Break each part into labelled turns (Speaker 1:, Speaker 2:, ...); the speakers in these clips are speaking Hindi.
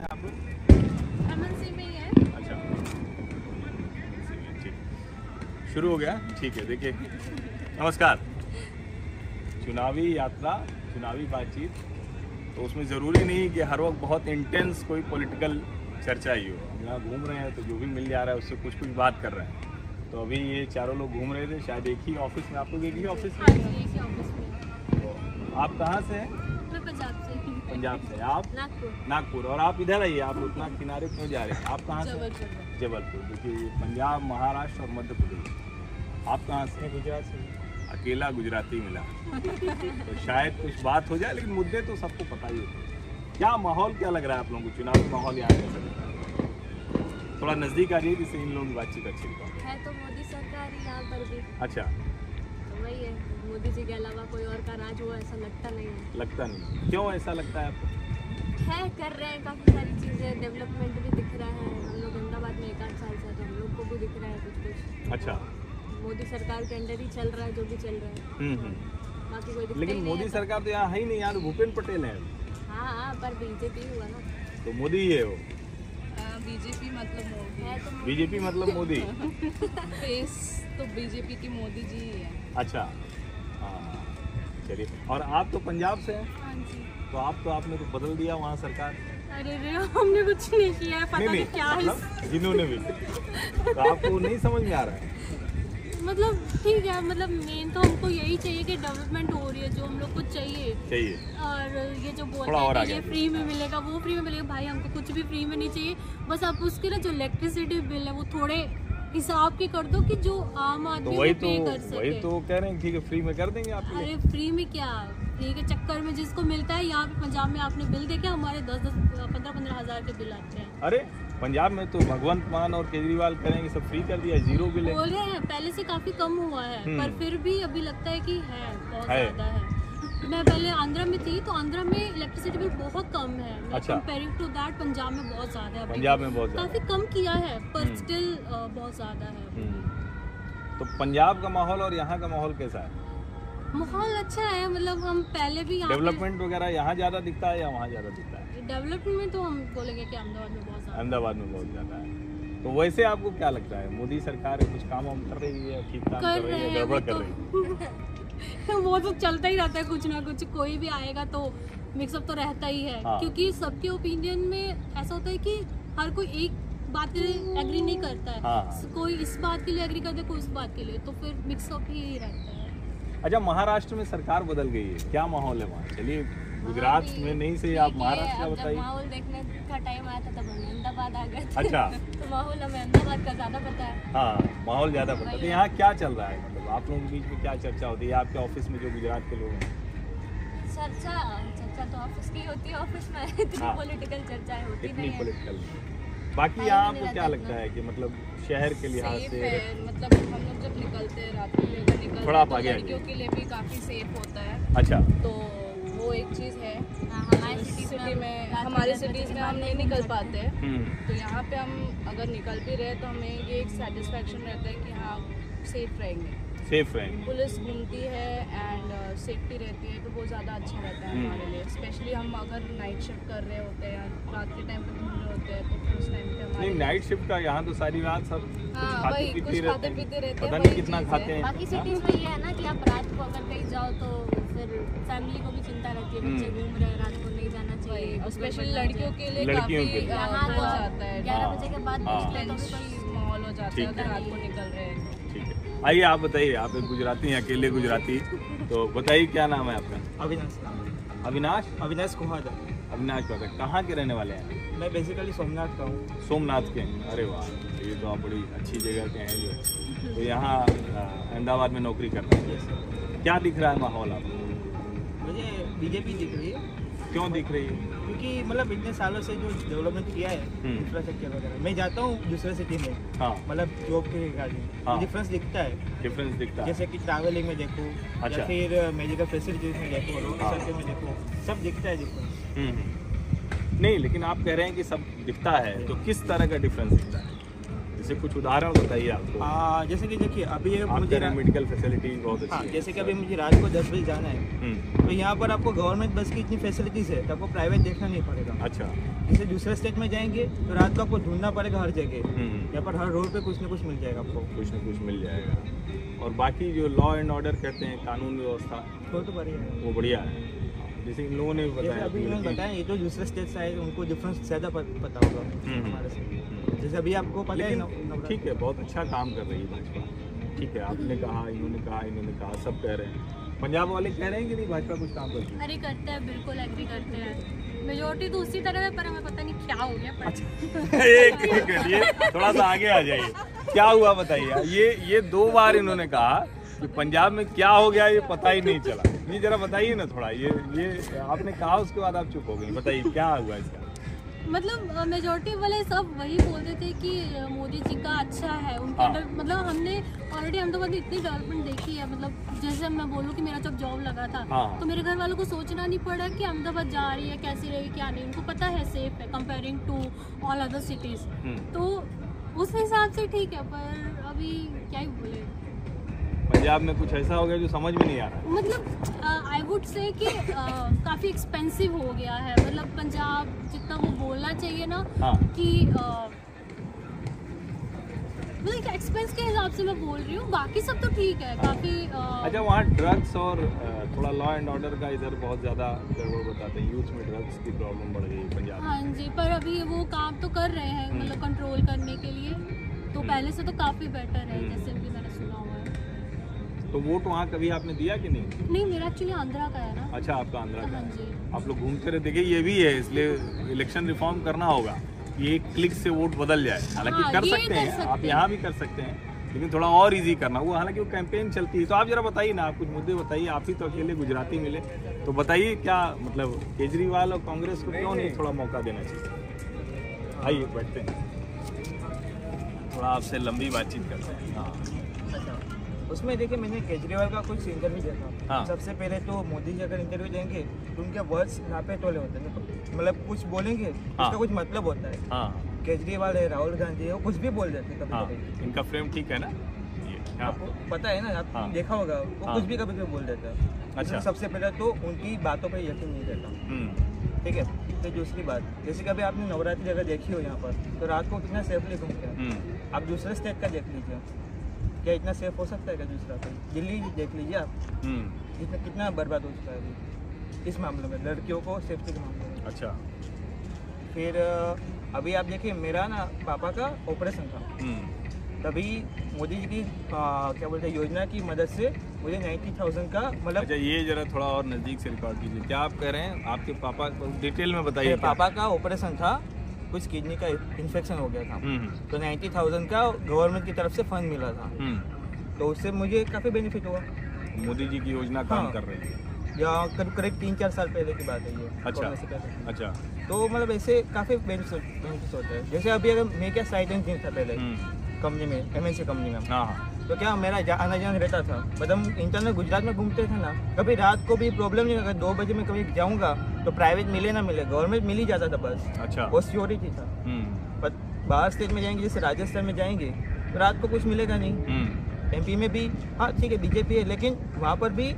Speaker 1: अच्छा। शुरू हो गया ठीक है देखिए नमस्कार चुनावी यात्रा चुनावी बातचीत तो उसमें ज़रूरी नहीं कि हर वक्त बहुत इंटेंस कोई पॉलिटिकल चर्चा ही हो जहाँ घूम रहे हैं तो जो भी मिल जा रहा है उससे कुछ कुछ बात कर रहे हैं तो अभी ये चारों लोग घूम रहे थे शायद एक ही ऑफिस में आप लोग एक ही ऑफिस में
Speaker 2: आज
Speaker 1: तो
Speaker 2: हाँ ये क्या ऑफिस में
Speaker 1: आप कहाँ से हैं
Speaker 2: मैं पंजाब से हूँ।
Speaker 1: पंजाब से आप
Speaker 2: नागपुर
Speaker 1: नागपुर और आप इधर आइए आप उतना किनारे क्यों जा रहे हैं आप कहाँ से हैं?
Speaker 2: जबलपुर में।
Speaker 1: जबलपुर देखिए ये पंजाब महाराष्ट्र और मध्य प्रदेश आप कहाँ से हैं?
Speaker 3: गुजरात से
Speaker 1: अकेला गुजराती मिला तो शायद कुछ बात हो जाए लेकिन मुद्दे तो सबको पता ही होते हैं क्या माहौल क्या लग रहा है आप लोगों को चुनावी माहौल यहाँ कैसा लग रहा है थोड़ा नज़दीक आ जाइए जिससे इन लोगों की बातचीत अच्छी लगा
Speaker 2: है तो मोदी सरकार ही यहाँ पर भी
Speaker 1: अच्छा
Speaker 2: तो वही है मोदी जी के अलावा कोई और का राज हुआ ऐसा लगता नहीं है
Speaker 1: लगता नहीं क्यों ऐसा लगता है आपको
Speaker 2: है कर रहे हैं काफ़ी सारी चीज़ें डेवलपमेंट भी दिख रहा है हम लोग अहमदाबाद में एक आध साल से हैं, तो हम लोग को भी दिख रहा है कुछ कुछ
Speaker 1: अच्छा
Speaker 2: मोदी सरकार के अंडर ही चल रहा है जो भी चल रहा है
Speaker 1: हम्म हम्म
Speaker 2: बाकी कोई दिखता
Speaker 1: लेकिन
Speaker 2: ही नहीं
Speaker 1: मोदी
Speaker 2: है।
Speaker 1: सरकार तो यहाँ है ही नहीं यार भूपेंद्र पटेल है
Speaker 2: हाँ हाँ पर बीजेपी हुआ ना
Speaker 1: तो मोदी ही है वो
Speaker 4: बीजेपी मतलब मोदी
Speaker 2: है तो मोदी-
Speaker 1: बीजेपी मतलब मोदी
Speaker 4: फेस तो बीजेपी की मोदी जी ही है
Speaker 1: अच्छा हाँ, चलिए और आप तो पंजाब से हैं
Speaker 4: हाँ जी
Speaker 1: तो आप तो आपने तो बदल दिया वहाँ सरकार
Speaker 4: अरे रे हमने कुछ नहीं किया है पता नहीं क्या है
Speaker 1: मतलब जिन्होंने भी तो आपको नहीं समझ में आ रहा है
Speaker 4: मतलब ठीक है मतलब मेन तो हमको यही चाहिए कि डेवलपमेंट हो रही है जो हम लोग को चाहिए
Speaker 1: चाहिए
Speaker 4: और ये जो बोल
Speaker 1: थोड़ा
Speaker 4: रहे
Speaker 1: और
Speaker 4: हैं
Speaker 1: आगे
Speaker 4: कि ये
Speaker 1: आगे।
Speaker 4: फ्री में मिलेगा वो फ्री में मिलेगा भाई हमको कुछ भी फ्री में नहीं चाहिए बस आप उसके लिए जो इलेक्ट्रिसिटी बिल है वो थोड़े हिसाब के कर दो कि जो आम
Speaker 1: तो
Speaker 4: आदमी
Speaker 1: वही
Speaker 4: वो
Speaker 1: तो
Speaker 4: pay कर
Speaker 1: वही
Speaker 4: सके
Speaker 1: तो कह रहे हैं ठीक है फ्री में कर देंगे आपके लिए
Speaker 4: अरे फ्री में क्या फ्री के चक्कर में जिसको मिलता है यहाँ पे पंजाब में आपने बिल देखे हमारे दस दस पंद्रह पंद्रह हजार के बिल आते हैं
Speaker 1: अरे पंजाब में तो भगवंत मान और केजरीवाल कह रहे हैं कि सब फ्री कर दिया जीरो बिल है
Speaker 4: बोल रहे हैं पहले से काफी कम हुआ है
Speaker 1: हम्म।
Speaker 4: पर फिर भी अभी लगता है कि है बहुत
Speaker 1: है।
Speaker 4: ज्यादा है मैं पहले आंध्रा में थी तो आंध्रा में इलेक्ट्रिसिटी बिल बहुत कम है
Speaker 1: अच्छा।
Speaker 4: कंपेयरिंग टू दैट पंजाब में बहुत ज्यादा है अभी।
Speaker 1: पंजाब में बहुत ज्यादा
Speaker 4: काफी कम किया है पर
Speaker 1: हम्म।
Speaker 4: स्टिल बहुत ज्यादा है
Speaker 1: हम्म। तो पंजाब का माहौल और यहाँ का माहौल कैसा है
Speaker 4: माहौल अच्छा है मतलब हम पहले भी यहाँ
Speaker 1: डेवलपमेंट वगैरह यहाँ ज्यादा दिखता है या वहाँ ज्यादा दिखता है
Speaker 4: डेवलपमेंट तो हम बोलेंगे कि अहमदाबाद में बहुत ज्यादा
Speaker 1: अहमदाबाद में बहुत ज़्यादा है तो वैसे आपको क्या लगता है मोदी सरकार कुछ काम वाम कर रही है ठीक काम कर
Speaker 4: कर
Speaker 1: रही
Speaker 4: रहे
Speaker 1: है
Speaker 4: हैं वो
Speaker 1: गड़बड़ कर रही है
Speaker 4: तो वो तो चलता ही रहता है कुछ ना कुछ कोई भी आएगा तो मिक्सअप तो रहता ही है
Speaker 1: हाँ।
Speaker 4: क्योंकि सबके ओपिनियन में ऐसा होता है कि हर कोई एक बात के लिए एग्री नहीं करता है
Speaker 1: हाँ, हाँ।
Speaker 4: कोई इस बात के लिए एग्री करता है कोई उस बात के लिए तो फिर मिक्सअप ही रहता है
Speaker 1: अच्छा महाराष्ट्र में सरकार बदल गई है क्या माहौल है वहाँ चलिए गुजरात
Speaker 4: हाँ,
Speaker 2: वहाँ भी
Speaker 1: में नहीं से
Speaker 2: हाँ, ठीक
Speaker 1: आप
Speaker 2: है,
Speaker 1: महाराष्ट्र का
Speaker 2: अब जब
Speaker 1: बताइए
Speaker 2: माहौल देखने का टाइम आया था तब हम अहमदाबाद आ गए थे।
Speaker 1: अच्छा
Speaker 2: तो माहौल हमें अहमदाबाद का ज़्यादा पता है
Speaker 1: हाँ माहौल ज़्यादा पता है तो यहाँ क्या चल रहा है मतलब आप लोगों के बीच में क्या चर्चा होती है आपके ऑफिस में जो गुजरात के लोग हैं
Speaker 2: चर्चा चर्चा तो ऑफिस की होती है ऑफिस में इतनी
Speaker 1: हाँ।
Speaker 2: पॉलिटिकल चर्चाएं होती
Speaker 1: इतनी
Speaker 2: नहीं है
Speaker 1: पॉलिटिकल बाकी यहाँ आपको क्या लगता है कि मतलब शहर के लिहाज
Speaker 4: सेफ
Speaker 1: से
Speaker 4: है मतलब हम लोग जब निकलते हैं रात में अगर निकलते
Speaker 1: थोड़ा
Speaker 4: हैं
Speaker 1: आप
Speaker 4: तो
Speaker 1: आगे आइए।
Speaker 4: लड़कियों के लिए भी काफी सेफ होता है
Speaker 1: अच्छा
Speaker 4: तो वो एक चीज है
Speaker 2: हाँ, हमारे
Speaker 4: सिटी में
Speaker 2: रात
Speaker 4: हमारे
Speaker 2: दस बजे
Speaker 4: सिटीज
Speaker 2: के
Speaker 4: में
Speaker 2: बाद
Speaker 4: हम नहीं
Speaker 2: नहीं
Speaker 4: निकल
Speaker 2: निकलते।
Speaker 4: पाते हैं
Speaker 1: हम्म
Speaker 4: तो यहाँ पे हम अगर निकल भी रहे तो हमें ये एक सेटिस्फेक्शन रहता है कि हाँ सेफ रहेंगे
Speaker 1: सेफ रहेंगे
Speaker 4: पुलिस घूमती है एंड सेफ्टी रहती है तो बहुत ज़्यादा अच्छा रहता है
Speaker 1: हम्म।
Speaker 4: हमारे लिए स्पेशली हम अगर नाइट शिफ्ट कर रहे होते हैं या रात के टाइम पे घूम रहे होते हैं तो फिर उस टाइम पे हमारे
Speaker 1: नहीं
Speaker 4: लिए-
Speaker 1: नाइट शिफ्ट का यहाँ तो सारी रात सब
Speaker 4: हाँ,
Speaker 1: कुछ खाते
Speaker 4: वही, कुछ
Speaker 1: पीते रहते
Speaker 4: खाते
Speaker 1: हैं
Speaker 4: पीते रहते हैं,
Speaker 1: पता
Speaker 4: वही
Speaker 1: नहीं कितना
Speaker 4: चीज़
Speaker 1: खाते
Speaker 4: है।
Speaker 1: हैं
Speaker 2: बाकी
Speaker 1: हाँ?
Speaker 2: सिटीज में ये है ना कि आप रात को अगर कहीं जाओ तो फिर फैमिली को भी चिंता रहती है बच्चे
Speaker 1: हम्म।
Speaker 2: घूम रहे हैं रात को नहीं जाना चाहिए
Speaker 4: वही, और
Speaker 2: घर पर
Speaker 4: स्पेशली
Speaker 2: बैठना
Speaker 4: लड़कियों
Speaker 2: चाहिए।
Speaker 4: के लिए
Speaker 1: लड़कियों
Speaker 4: काफी
Speaker 1: के लिए।
Speaker 4: अ,
Speaker 2: यहाँ तो
Speaker 4: हो जाता है
Speaker 1: हाँ।
Speaker 2: ग्यारह बजे के बाद
Speaker 1: हाँ।
Speaker 2: निकले तो
Speaker 4: टेंस
Speaker 2: भी कोई-
Speaker 4: माहौल हो जाता है
Speaker 1: ठीक
Speaker 4: अगर
Speaker 1: है।
Speaker 4: रात को निकल रहे हैं तो।
Speaker 1: ठीक है आइए आप बताइए आप एक गुजराती हैं अकेले गुजराती तो बताइए क्या नाम है आपका
Speaker 3: अविनाश
Speaker 1: अविनाश
Speaker 3: अविनाश कुहादा
Speaker 1: अविनाश भगत कहाँ के रहने वाले हैं
Speaker 3: मैं बेसिकली सोमनाथ का हूँ
Speaker 1: सोमनाथ के हैं। अरे वाह ये तो आप बड़ी अच्छी जगह के हैं जो तो यहाँ आ, अहमदाबाद में नौकरी कर रहे हैं क्या दिख रहा है माहौल आपको
Speaker 3: मुझे बीजेपी दिख रही है
Speaker 1: क्यों दिख रही है
Speaker 3: क्योंकि मतलब इतने सालों से जो डेवलपमेंट किया है
Speaker 1: हम्म।
Speaker 3: इंफ्रास्ट्रक्चर वगैरह मैं जाता हूँ दूसरे सिटी में
Speaker 1: हाँ
Speaker 3: मतलब जॉब के रिगार्डिंग
Speaker 1: हाँ।
Speaker 3: डिफरेंस दिखता है
Speaker 1: डिफरेंस दिखता है
Speaker 3: जैसे कि ट्रैवलिंग में देखो
Speaker 1: अच्छा।
Speaker 3: या फिर मेडिकल फैसिलिटीज में देखो रोड
Speaker 1: हाँ।
Speaker 3: सर्विस में देखो सब दिखता है डिफरेंस
Speaker 1: हम्म, हम्म। नहीं लेकिन आप कह रहे हैं कि सब दिखता है तो किस तरह का डिफरेंस दिखता है जैसे कुछ उदाहरण बताइए आपको
Speaker 3: आ, जैसे कि देखिए अभी हाँ, ये मुझे
Speaker 1: आपके
Speaker 3: रा-
Speaker 1: मेडिकल फैसिलिटीज बहुत
Speaker 3: हाँ
Speaker 1: अच्छी है
Speaker 3: जैसे कि अभी मुझे रात को दस बजे जाना है
Speaker 1: हम्म,
Speaker 3: तो यहाँ पर आपको गवर्नमेंट बस की इतनी फैसिलिटीज़ है तो आपको प्राइवेट देखना नहीं पड़ेगा
Speaker 1: अच्छा
Speaker 3: जैसे दूसरे स्टेट में जाएंगे तो रात को आपको ढूंढना पड़ेगा हर जगह
Speaker 1: हम्म,
Speaker 3: यहाँ पर हर रोड पे कुछ ना कुछ मिल जाएगा आपको
Speaker 1: तो कुछ ना कुछ मिल जाएगा और बाकी जो लॉ एंड ऑर्डर कहते हैं कानून व्यवस्था
Speaker 3: वो तो बढ़िया है
Speaker 1: वो बढ़िया है जैसे इन लोगों ने भी
Speaker 3: जैसे
Speaker 1: बताया
Speaker 3: अभी
Speaker 1: कि-
Speaker 3: इन्होंने बताया ये जो दूसरे स्टेट से आए उनको डिफरेंस ज़्यादा पत- पता होगा
Speaker 1: हम्म।
Speaker 3: हमारे से
Speaker 1: हम्म।
Speaker 3: जैसे अभी आपको पता है नव-
Speaker 1: लेकिन
Speaker 3: नवरात्र-
Speaker 1: ठीक है बहुत अच्छा काम कर रही है भाजपा ठीक है आपने कहा इन्होंने कहा इन्होंने कहा सब कह रहे हैं पंजाब वाले कह रहे हैं कि नहीं भाजपा कुछ काम करती है
Speaker 4: अरे करते हैं बिल्कुल एग्री करते हैं मेजोरिटी तो उसी तरह है पर हमें पता नहीं क्या हो गया पर
Speaker 1: अच्छा। एक एक मिनट, ये थोड़ा सा आगे आ जाइए क्या हुआ बताइए ये ये दो बार इन्होंने कहा कि पंजाब में क्या हो गया ये पता ही नहीं चला ये जरा बताइए ना थोड़ा ये ये आपने कहा उसके बाद आप चुप हो गए बताइए क्या हुआ इसका
Speaker 4: मतलब मेजोरिटी वाले सब वही बोलते थे कि अ, मोदी जी का अच्छा है उनके
Speaker 1: हाँ।
Speaker 4: अंदर मतलब हमने ऑलरेडी अहमदाबाद में इतनी डेवलपमेंट देखी है मतलब जैसे मैं बोलूँ कि मेरा जब जॉब लगा था
Speaker 1: हाँ।
Speaker 4: तो मेरे घर वालों को सोचना नहीं पड़ा कि अहमदाबाद जा रही है कैसी रहेगी क्या नहीं उनको पता है सेफ है comparing to all other cities
Speaker 1: हम्म।
Speaker 4: तो उस हिसाब से ठीक है पर अभी क्या ही बोले
Speaker 1: पंजाब में कुछ ऐसा हो गया जो समझ में नहीं आ रहा
Speaker 4: मतलब आई वुड से कि अ, काफी एक्सपेंसिव हो गया है मतलब पंजाब जितना वो बोलना चाहिए ना
Speaker 1: हाँ।
Speaker 4: कि अ, मतलब एक्सपेंस के हिसाब से मैं बोल रही हूँ बाकी सब तो ठीक है काफी अ,
Speaker 1: अच्छा वहाँ ड्रग्स और अ, थोड़ा लॉ एंड ऑर्डर का इधर बहुत ज़्यादा गड़बड़ बताते हैं यूथ में ड्रग्स की प्रॉब्लम बढ़ गई है पंजाब में
Speaker 4: हाँ जी पर अभी वो काम तो कर रहे हैं मतलब कंट्रोल करने के लिए तो
Speaker 1: हम्म।
Speaker 4: पहले से तो काफी बेटर है
Speaker 1: हम्म।
Speaker 4: जैसे कि मैंने सुना हुआ है
Speaker 1: तो वोट वहाँ कभी आपने दिया कि नहीं
Speaker 4: नहीं मेरा एक्चुअली आंध्रा का है ना
Speaker 1: अच्छा आपका आंध्रा का
Speaker 4: हाँ जी
Speaker 1: आप लोग घूमते रहे देखिए ये भी है इसलिए इलेक्शन रिफॉर्म करना होगा कि एक क्लिक से वोट बदल जाए हालांकि
Speaker 4: हाँ,
Speaker 1: कर
Speaker 4: ये
Speaker 1: सकते
Speaker 4: कर
Speaker 1: हैं आप
Speaker 4: सकते
Speaker 1: यहाँ भी कर सकते हैं लेकिन थोड़ा और इजी करना वो हालांकि वो कैंपेन चलती है तो आप जरा बताइए ना आप कुछ मुद्दे बताइए आप ही तो अकेले गुजराती मिले तो बताइए क्या मतलब केजरीवाल और कांग्रेस को क्यों नहीं थोड़ा मौका देना चाहिए आइए बैठते हैं थोड़ा आपसे लंबी बातचीत करते हैं हाँ
Speaker 3: अच्छा। उसमें देखिए मैंने केजरीवाल का कुछ इंटरव्यू देखा
Speaker 1: हाँ।
Speaker 3: सबसे पहले तो मोदी जी अगर इंटरव्यू देंगे तो उनके वर्ड्स नापे तोले होते हैं मतलब कुछ बोलेंगे उसका कुछ मतलब होता है
Speaker 1: हाँ
Speaker 3: केजरीवाल है राहुल गांधी है वो कुछ भी बोल देते हैं कभी
Speaker 1: हाँ
Speaker 3: कभी
Speaker 1: इनका फ्रेम ठीक है ना ये हाँ।
Speaker 3: आपको
Speaker 1: आपको
Speaker 3: पता है ना आप
Speaker 1: हाँ।
Speaker 3: देखा होगा वो
Speaker 1: हाँ।
Speaker 3: कुछ भी कभी कभी बोल देता है
Speaker 1: अच्छा।
Speaker 3: इसमें सबसे पहले तो उनकी बातों पर यकीन नहीं रहता
Speaker 1: हम्म
Speaker 3: ठीक है तो दूसरी बात जैसे कभी आपने नवरात्रि अगर देखी हो यहाँ पर तो रात को कितना सेफली घूमते हैं
Speaker 1: हम्म
Speaker 3: आप दूसरे स्टेट का देख लीजिए क्या इतना सेफ हो सकता है क्या दूसरा कोई दिल्ली देख लीजिए आप
Speaker 1: हम्म
Speaker 3: कितना कितना बर्बाद हो चुका है अभी इस मामले में लड़कियों को सेफ्टी के मामले में
Speaker 1: अच्छा
Speaker 3: फिर अ, अभी आप देखिए मेरा ना पापा का ऑपरेशन था
Speaker 1: हम्म
Speaker 3: तभी मोदी जी की अ, क्या बोलते हैं योजना की मदद से मुझे नाइन्टी थाउजेंड का मतलब
Speaker 1: अच्छा ये जरा थोड़ा और नजदीक से रिकॉर्ड कीजिए क्या आप कह रहे हैं आपके पापा को डिटेल में बताइए
Speaker 3: मेरे
Speaker 1: क्या?
Speaker 3: पापा का ऑपरेशन था कुछ किडनी का इन्फेक्शन हो गया था
Speaker 1: हम्म
Speaker 3: तो नाइन्टी थाउजेंड का गवर्नमेंट की तरफ से फंड मिला था
Speaker 1: हम्म
Speaker 3: तो उससे मुझे काफ़ी बेनिफिट हुआ
Speaker 1: मोदी जी की योजना काम
Speaker 3: हाँ।
Speaker 1: कर रही है
Speaker 3: या करीब करीब तीन चार साल पहले की बात है ये
Speaker 1: अच्छा
Speaker 3: कोरोना से पहले।
Speaker 1: अच्छा
Speaker 3: तो मतलब ऐसे काफ़ी बेनिफिट बेनिफिट होते हैं जैसे अभी अगर मैं क्या साइड इंजीनियर था पहले
Speaker 1: हम्म
Speaker 3: कंपनी में एमएनसी कंपनी में
Speaker 1: हाँ हाँ
Speaker 3: तो क्या मेरा जा, आना जाना रहता था मतलब इंटरनल गुजरात में घूमते थे ना कभी रात को भी प्रॉब्लम नहीं अगर दो बजे मैं कभी जाऊंगा तो प्राइवेट मिले ना मिले गवर्नमेंट मिल ही जाता था बस
Speaker 1: अच्छा
Speaker 3: वो सियोरिटी था
Speaker 1: हम्म
Speaker 3: पर बाहर स्टेट में जाएंगे जैसे राजस्थान में जाएंगे तो रात को कुछ मिलेगा नहीं
Speaker 1: हम्म
Speaker 3: एमपी में भी हाँ ठीक है बीजेपी है लेकिन वहाँ पर भी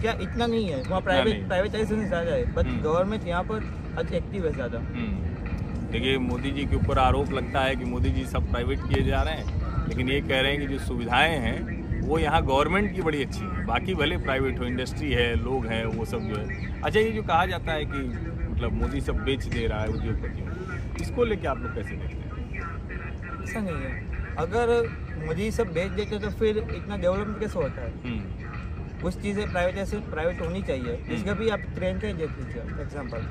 Speaker 3: क्या इतना नहीं है वहाँ
Speaker 1: नहीं।
Speaker 3: प्राइवेट प्राइवेटाइजेशन ज़्यादा है बट
Speaker 1: हम्म।
Speaker 3: गवर्नमेंट यहाँ पर आज एक्टिव है ज़्यादा
Speaker 1: हम्म देखिए मोदी जी के ऊपर आरोप लगता है कि मोदी जी सब प्राइवेट किए जा रहे हैं लेकिन ये कह रहे हैं कि जो सुविधाएं हैं वो यहाँ गवर्नमेंट की बड़ी अच्छी है बाकी भले प्राइवेट हो इंडस्ट्री है लोग हैं वो सब जो है अच्छा ये जो कहा जाता है कि मतलब मोदी सब बेच दे रहा है उद्योगपतियों को, इसको लेके आप लोग कैसे देखते हैं
Speaker 3: ऐसा नहीं है अगर मुझे ये सब बेच देते तो फिर इतना डेवलपमेंट कैसे होता है
Speaker 1: हम्म,
Speaker 3: कुछ चीज़ें प्राइवेट ऐसे प्राइवेट होनी चाहिए इसका भी आप ट्रेन का ही देख लीजिए एग्जाम्पल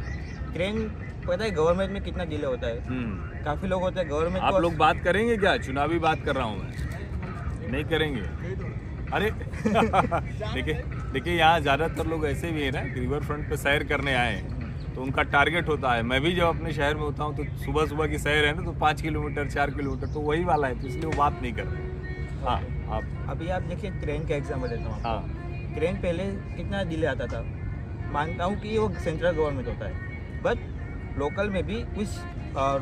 Speaker 3: ट्रेन पता है गवर्नमेंट में कितना डिले होता है
Speaker 1: हम्म।
Speaker 3: काफ़ी लोग होते हैं गवर्नमेंट
Speaker 1: आप लोग बात करेंगे क्या चुनावी बात कर रहा हूँ मैं नहीं करेंगे अरे देखिए देखिए यहाँ ज़्यादातर लोग ऐसे भी हैं ना कि रिवर फ्रंट पे सैर करने आए हैं तो उनका टारगेट होता है मैं भी जब अपने शहर में होता हूँ तो सुबह सुबह की सैर है ना तो पाँच किलोमीटर चार किलोमीटर तो वही वाला है तो इसलिए वो बात नहीं कर रहे हैं। हाँ आप
Speaker 3: अभी आप देखिए ट्रेन का एग्जाम्पल देता हूँ
Speaker 1: हाँ
Speaker 3: ट्रेन पहले कितना डिले आता था मानता हूँ कि वो सेंट्रल गवर्नमेंट होता है बट लोकल में भी कुछ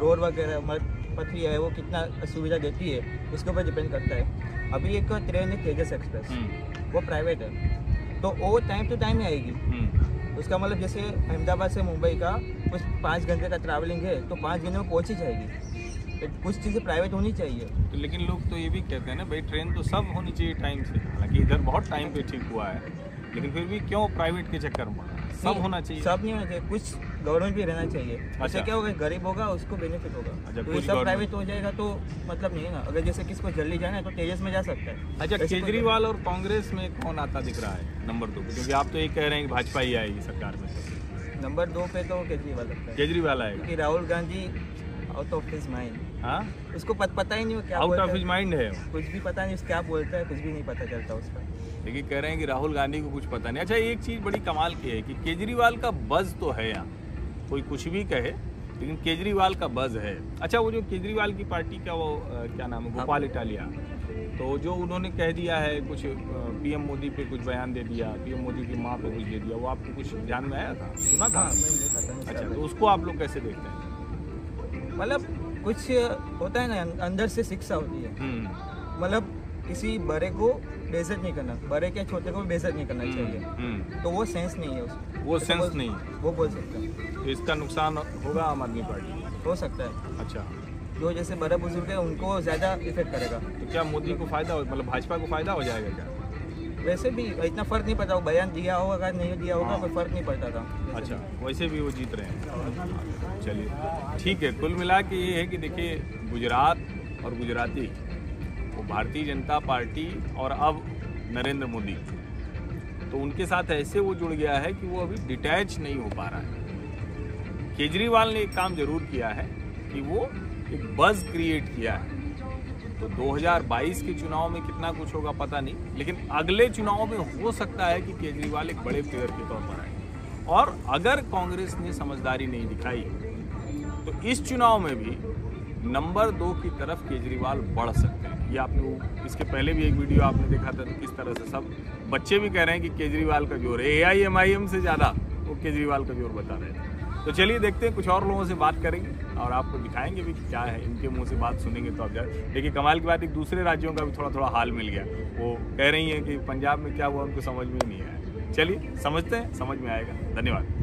Speaker 3: रोड वगैरह मतलब पथरी है वो कितना सुविधा देती है उसके ऊपर डिपेंड करता है अभी एक ट्रेन है तेजस एक्सप्रेस
Speaker 1: हम्म,
Speaker 3: वो प्राइवेट है तो वो टाइम टू टाइम ही आएगी
Speaker 1: हम्म,
Speaker 3: उसका मतलब जैसे अहमदाबाद से मुंबई का कुछ पाँच घंटे का ट्रैवलिंग है तो पाँच घंटे में पहुंच ही जाएगी तो कुछ चीज़ें प्राइवेट होनी चाहिए
Speaker 1: तो लेकिन लोग तो ये भी कहते हैं ना भाई ट्रेन तो सब होनी चाहिए टाइम से हालांकि इधर बहुत टाइम पे ठीक हुआ है लेकिन फिर भी क्यों प्राइवेट के चक्कर में सब
Speaker 3: नहीं,
Speaker 1: होना चाहिए
Speaker 3: सब नहीं होना चाहिए कुछ गवर्नमेंट भी रहना चाहिए
Speaker 1: अच्छा।
Speaker 3: अच्छा क्या होगा गरीब होगा उसको बेनिफिट होगा
Speaker 1: अच्छा,
Speaker 3: तो ये
Speaker 1: कुछ
Speaker 3: सब
Speaker 1: government-
Speaker 3: प्राइवेट हो जाएगा तो मतलब नहीं है ना अगर जैसे किसको जल्दी जाना है तो तेजस में जा सकता है
Speaker 1: अच्छा
Speaker 3: वैसे कोई-
Speaker 1: केजरीवाल और कांग्रेस में कौन आता दिख रहा है नंबर दो पे? क्योंकि आप तो ये कह रहे हैं कि भाजपा ही आएगी सरकार में से।
Speaker 3: नंबर दो पे तो केजरीवाल लगता है
Speaker 1: केजरीवाल आएगा
Speaker 3: क्योंकि Rahul Gandhi out of his mind
Speaker 1: हाँ
Speaker 3: उसको पत, पता ही नहीं वो क्या
Speaker 1: आउट
Speaker 3: बोलता
Speaker 1: ऑफ हिज
Speaker 3: है।
Speaker 1: माइंड है वो।
Speaker 3: कुछ भी पता नहीं क्या बोलता है कुछ भी नहीं पता चलता उसका
Speaker 1: लेकिन कह रहे हैं कि राहुल गांधी को कुछ पता नहीं अच्छा एक चीज़ बड़ी कमाल की है कि केजरीवाल का बज़ तो है यहाँ कोई कुछ भी कहे लेकिन केजरीवाल का बज़ है अच्छा वो जो केजरीवाल की पार्टी का वो अ, क्या नाम है गोपाल
Speaker 3: हाँ।
Speaker 1: इटालिया तो जो उन्होंने कह दिया है कुछ पीएम मोदी पे कुछ बयान दे दिया पीएम मोदी की माँ पे कुछ दे दिया वो आपको कुछ ध्यान में आया था सुना था
Speaker 3: हाँ, मैंने देखा
Speaker 1: अच्छा
Speaker 3: था, इंस्टाग्राम
Speaker 1: तो उसको आप लोग कैसे देखते हैं
Speaker 3: पे। मतलब कुछ होता है ना अंदर से शिक्षा होती है
Speaker 1: हम्म,
Speaker 3: मतलब किसी बड़े को बेइज्जत नहीं करना बड़े के छोटे को बेइज्जत नहीं करना चाहिए
Speaker 1: हम्म,
Speaker 3: तो वो सेंस नहीं है उसमें
Speaker 1: वो
Speaker 3: तो
Speaker 1: सेंस
Speaker 3: बोल-
Speaker 1: नहीं है।
Speaker 3: वो बोल सकता है
Speaker 1: तो इसका नुकसान होगा आम आदमी पार्टी को।
Speaker 3: हो सकता है
Speaker 1: अच्छा
Speaker 3: जो जैसे बड़े बुजुर्ग है उनको ज़्यादा इफेक्ट करेगा
Speaker 1: तो क्या मोदी को फायदा हो मतलब भाजपा को फायदा हो जाएगा क्या
Speaker 3: वैसे भी इतना फ़र्क नहीं पड़ता वो बयान दिया होगा नहीं दिया होगा
Speaker 1: हाँ।
Speaker 3: कोई फ़र्क नहीं पड़ता था
Speaker 1: अच्छा वैसे भी वो जीत रहे हैं चलिए ठीक है कुल मिला के ये है कि देखिए गुजरात और गुजराती वो भारतीय जनता पार्टी और अब नरेंद्र मोदी तो उनके साथ ऐसे वो जुड़ गया है कि वो अभी डिटैच नहीं हो पा रहा है केजरीवाल ने एक काम जरूर किया है कि वो एक बज़ क्रिएट किया है तो 2022 के चुनाव में कितना कुछ होगा पता नहीं लेकिन अगले चुनाव में हो सकता है कि केजरीवाल एक बड़े प्लेयर के तौर पर आए और अगर कांग्रेस ने समझदारी नहीं दिखाई तो इस चुनाव में भी नंबर दो की तरफ केजरीवाल बढ़ सकते हैं ये आपने वो- इसके पहले भी एक वीडियो आपने देखा था तो किस तरह से सब बच्चे भी कह रहे हैं कि केजरीवाल का जोर A I M I M से ज़्यादा वो केजरीवाल का जोर बता रहे हैं तो चलिए देखते हैं कुछ और लोगों से बात करेंगे और आपको दिखाएंगे भी कि क्या है इनके मुंह से बात सुनेंगे तो आप जाए देखिए कमाल की बात एक दूसरे राज्यों का भी थोड़ा थोड़ा हाल मिल गया वो कह रही हैं कि पंजाब में क्या हुआ उनको समझ में नहीं आया चलिए समझते हैं समझ में आएगा धन्यवाद